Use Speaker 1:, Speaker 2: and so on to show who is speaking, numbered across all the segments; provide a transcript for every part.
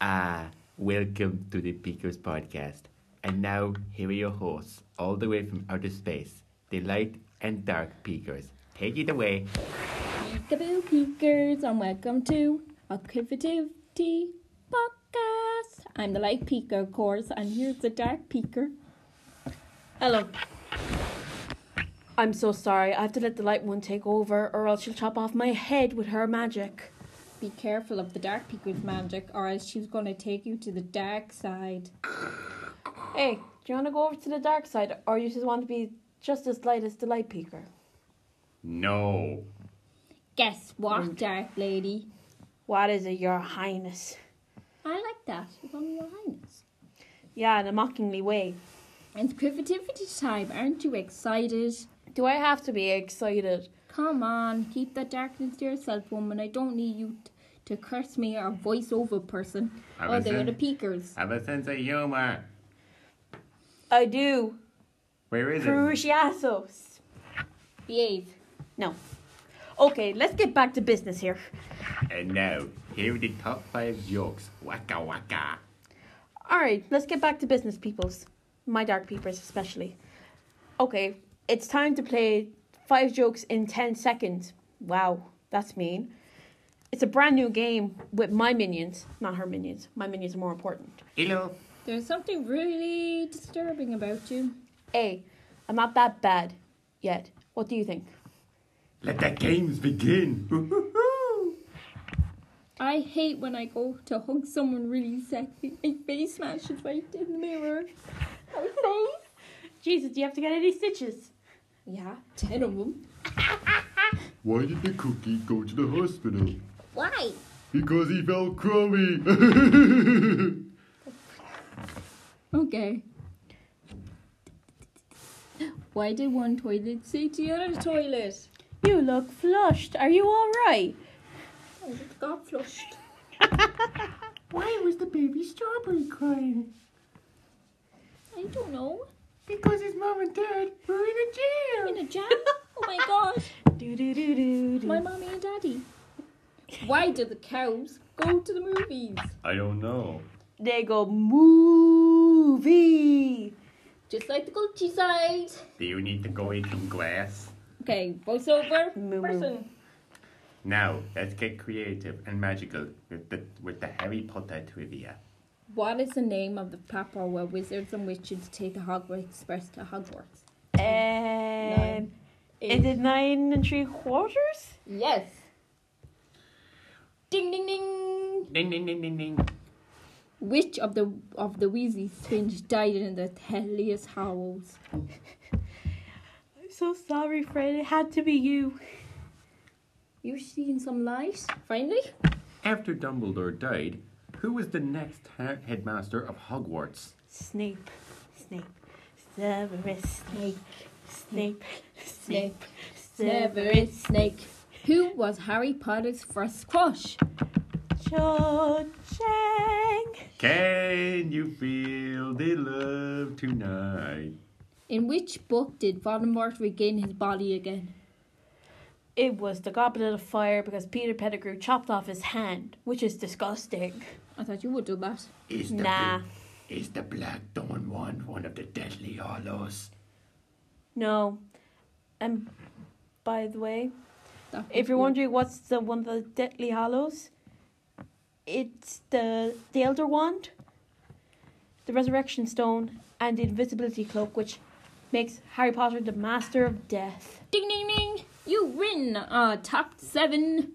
Speaker 1: Ah, welcome to the Peakers Podcast. And now, here are your hosts, all the way from outer space, the light and dark Peakers. Take it away.
Speaker 2: Peekaboo Peekers, and welcome to Activity Podcast. I'm the light peeker, of course, and here's the dark peeker.
Speaker 3: Hello. I'm so sorry. I have to let the light one take over, or else she'll chop off my head with her magic.
Speaker 2: Be careful of the dark peeker's magic, or else she's going to take you to the dark side.
Speaker 3: Hey, do you want to go over to the dark side, or you just want to be just as light as the light peeker?
Speaker 1: No.
Speaker 2: Guess what, dark lady?
Speaker 3: What is it, Your Highness?
Speaker 2: I like that. It's on your highness.
Speaker 3: Yeah, in a mockingly way.
Speaker 2: It's creativity time. Aren't you excited?
Speaker 3: Do I have to be excited?
Speaker 2: Come on, keep that darkness to yourself, woman. I don't need you t- to curse me or voiceover person.
Speaker 1: I
Speaker 2: oh, they were
Speaker 1: wasn't.
Speaker 2: the peekers.
Speaker 1: Have a sense of humor.
Speaker 3: I do.
Speaker 1: Where is it?
Speaker 3: Cruciatos.
Speaker 2: Behave.
Speaker 3: No. Okay, let's get back to business here.
Speaker 1: And now, here are the top five jokes. Waka waka.
Speaker 3: All right, let's get back to business, peoples. My dark peepers, especially. Okay, it's time to play five jokes in 10 seconds. Wow, that's mean. It's a brand new game with my minions, not her minions. My minions are more important.
Speaker 1: Hello.
Speaker 2: There's something really disturbing about you.
Speaker 3: A, I'm not that bad yet. What do you think?
Speaker 1: Let the games begin. Woo-hoo-hoo.
Speaker 2: I hate when I go to hug someone really sexy. My face smashes right in the mirror. My face?
Speaker 3: Jesus, do you have to get any stitches?
Speaker 2: Yeah, ten of them.
Speaker 4: Why did the cookie go to the hospital?
Speaker 2: Why?
Speaker 4: Because he felt crummy.
Speaker 2: Okay. Why did one toilet say to the other toilet?
Speaker 3: You look flushed. Are you all right?
Speaker 2: Oh, it got flushed.
Speaker 1: Why was the baby strawberry crying?
Speaker 2: I don't know.
Speaker 1: Because his mom and dad were in a jail.
Speaker 2: In a jam? Oh my god.
Speaker 3: Do do do do.
Speaker 2: My mommy and daddy. Why do the cows go to the movies?
Speaker 1: I don't know.
Speaker 3: They go movie.
Speaker 2: Just like the Gucci side.
Speaker 1: Do you need to go eat some glass?
Speaker 2: Okay, voiceover.
Speaker 3: Moo moo.
Speaker 2: Person.
Speaker 1: Now, let's get creative and magical with the, with the Harry Potter trivia.
Speaker 2: What is the name of the platform where wizards and witches take the Hogwarts Express to Hogwarts?
Speaker 3: Um, is it nine and three quarters?
Speaker 2: Yes. Ding ding ding.
Speaker 1: Ding, ding, ding, ding, ding.
Speaker 2: Which of the of the Weasley twins died in the Tellius Hallows?
Speaker 3: I'm so sorry, Fred. It had to be you.
Speaker 2: You seeing some light? Finally.
Speaker 1: After Dumbledore died, who was the next ha- headmaster of Hogwarts?
Speaker 3: Snape, Snape, Severus Snape, Snape, Snape,
Speaker 2: Severus Snape. Who was Harry Potter's first crush?
Speaker 3: Cho Chang.
Speaker 1: Can you feel the love tonight?
Speaker 2: In which book did Voldemort regain his body again?
Speaker 3: It was the Goblet of Fire because Peter Pettigrew chopped off his hand, which is disgusting.
Speaker 2: I thought you would do that.
Speaker 1: Is
Speaker 3: Nah.
Speaker 1: bl- is the Black Dawn one one of the Deadly Hollows?
Speaker 3: No, and by the way,
Speaker 2: That
Speaker 3: If
Speaker 2: would
Speaker 3: you're
Speaker 2: be-
Speaker 3: wondering what's the one of the Deathly Hollows, it's the the Elder Wand, the Resurrection Stone, and the Invisibility Cloak, which makes Harry Potter the Master of Death.
Speaker 2: Ding ding ding! You win a top seven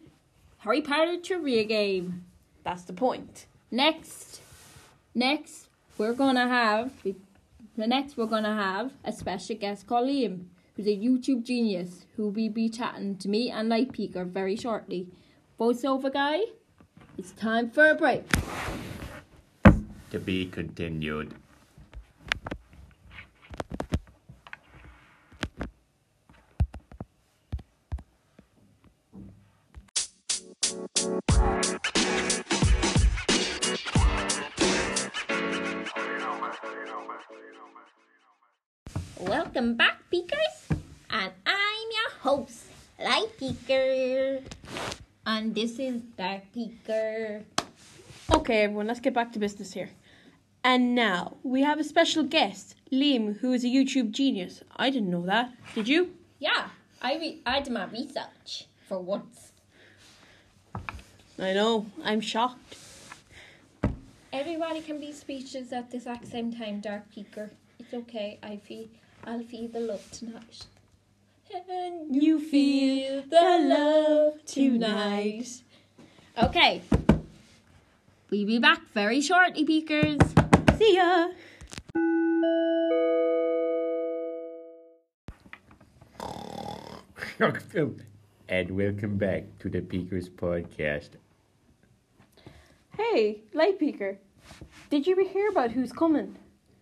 Speaker 2: Harry Potter trivia game.
Speaker 3: That's the point.
Speaker 2: Next, next we're gonna have the next we're gonna have a special guest called Liam, who's a YouTube genius who will be chatting to me and Light Peaker very shortly. Voiceover guy, it's time for a break.
Speaker 1: To be continued.
Speaker 2: Welcome back, Peekers, and I'm your host, Light Peeker, and this is Dark Peeker.
Speaker 3: Okay, everyone, let's get back to business here. And now we have a special guest, Liam, who is a YouTube genius. I didn't know that. Did you?
Speaker 2: Yeah, I re- I did my research for once.
Speaker 3: I know. I'm shocked.
Speaker 2: Everybody can be speeches at the exact same time, Dark Peaker. It's okay. I feel I'll feel the love tonight. And you feel the love tonight. Okay. We'll be back very shortly, Peakers.
Speaker 3: See ya.
Speaker 5: and welcome back to the Peakers podcast.
Speaker 3: Hey, Light Peeker. Did you hear about who's coming?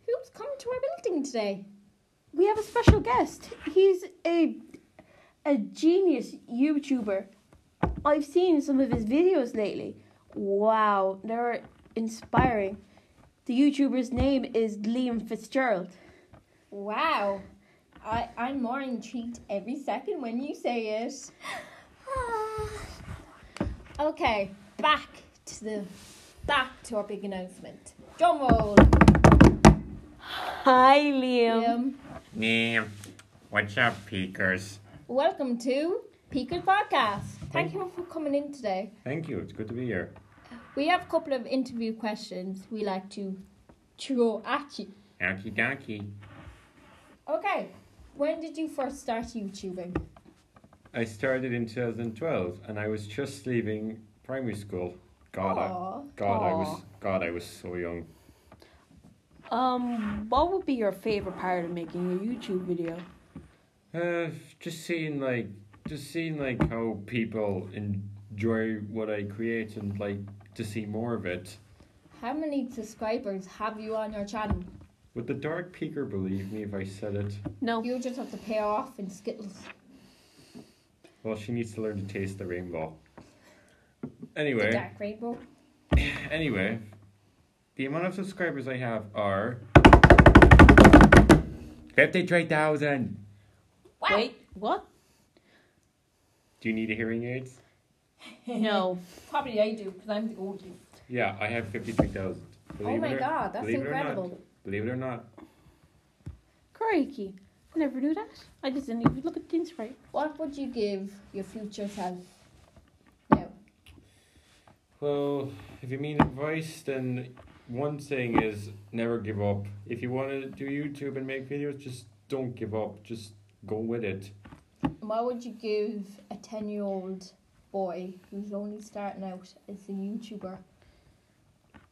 Speaker 2: Who's coming to our building today?
Speaker 3: We have a special guest. He's a a genius YouTuber. I've seen some of his videos lately. Wow, they're inspiring. The YouTuber's name is Liam Fitzgerald.
Speaker 2: Wow. I, I'm more intrigued every second when you say it. okay, back to the back to our big announcement. Drum roll.
Speaker 3: Hi, Liam.
Speaker 2: Um,
Speaker 5: Yeah. What's up, Peakers?
Speaker 2: welcome to Peaker Podcast. Thank you for coming in today.
Speaker 5: Thank you. It's good to be here.
Speaker 2: We have a couple of interview questions we like to throw at you.
Speaker 5: Okie dokie.
Speaker 2: Okay, when did you first start YouTubing?
Speaker 1: I started in 2012 and I was just leaving primary school. God,
Speaker 2: Aw.
Speaker 1: I, God, I
Speaker 3: Aw.
Speaker 1: was God, I was so young.
Speaker 3: Um, what would be your favorite part of making a YouTube video?
Speaker 1: Uh, just seeing like just seeing like how people enjoy what I create and like to see more of it.
Speaker 2: How many subscribers have you on your channel?
Speaker 1: Would the dark peeker believe me if I said it?
Speaker 3: No.
Speaker 2: You just have to pay off in Skittles.
Speaker 1: Well, she needs to learn to taste the rainbow.
Speaker 2: The
Speaker 1: Anyway,
Speaker 2: Dark Rainbow.
Speaker 1: anyway, the amount of subscribers I have are
Speaker 5: 53,000.
Speaker 2: Wow.
Speaker 3: Wait, what?
Speaker 1: Do you need a hearing aids?
Speaker 3: No.
Speaker 2: Probably I do because I'm the oldest.
Speaker 1: Yeah, I have 53,000.
Speaker 2: Oh
Speaker 1: Believe
Speaker 2: my
Speaker 1: it or-
Speaker 2: god, that's
Speaker 1: believe it or not.
Speaker 2: incredible.
Speaker 1: Believe it or not,
Speaker 3: Crikey. I never knew that. I just didn't even look at things right.
Speaker 2: What would you give your future self? No.
Speaker 1: well, if you mean advice, then one thing is never give up. If you want to do YouTube and make videos, just don't give up. Just go with it.
Speaker 2: What would you give a 10 year old boy who's only starting out as a YouTuber?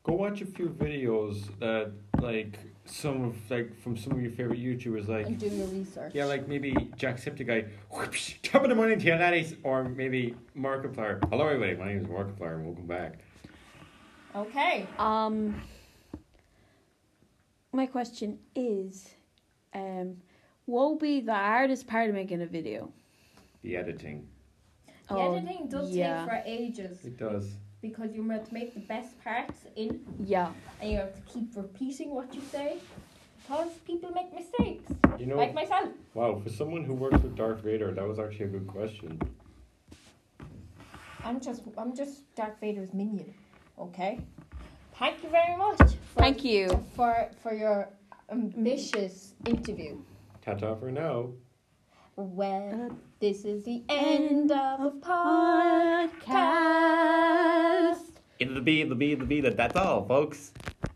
Speaker 1: Go watch a few videos that like some of like from some of your favorite YouTubers, like
Speaker 2: and do your research.
Speaker 1: yeah, like maybe Jacksepticeye, whoops, top of the morning to you laddies, or maybe Markiplier. Hello, everybody. My name is Markiplier, and welcome back.
Speaker 2: Okay.
Speaker 3: Um, my question is, um, what would be the hardest part of making a video?
Speaker 1: The editing.
Speaker 2: The editing does
Speaker 3: Oh, yeah.
Speaker 2: take for ages
Speaker 1: It does.
Speaker 2: because you have to make the best parts in
Speaker 3: Um, Yeah.
Speaker 2: and you have to keep repeating what you say because people make mistakes,
Speaker 1: You know.
Speaker 2: like myself.
Speaker 1: Wow, for someone who works with Darth Vader, that was actually a good question.
Speaker 2: I'm just I'm just Darth Vader's minion. Okay. Thank you very much. For,
Speaker 3: Thank you.
Speaker 2: for for your ambitious interview.
Speaker 1: Tata for now.
Speaker 2: Well, this is the Uh, end of the podcast.
Speaker 5: It'll be, it'll be, it'll be that. That's all, folks.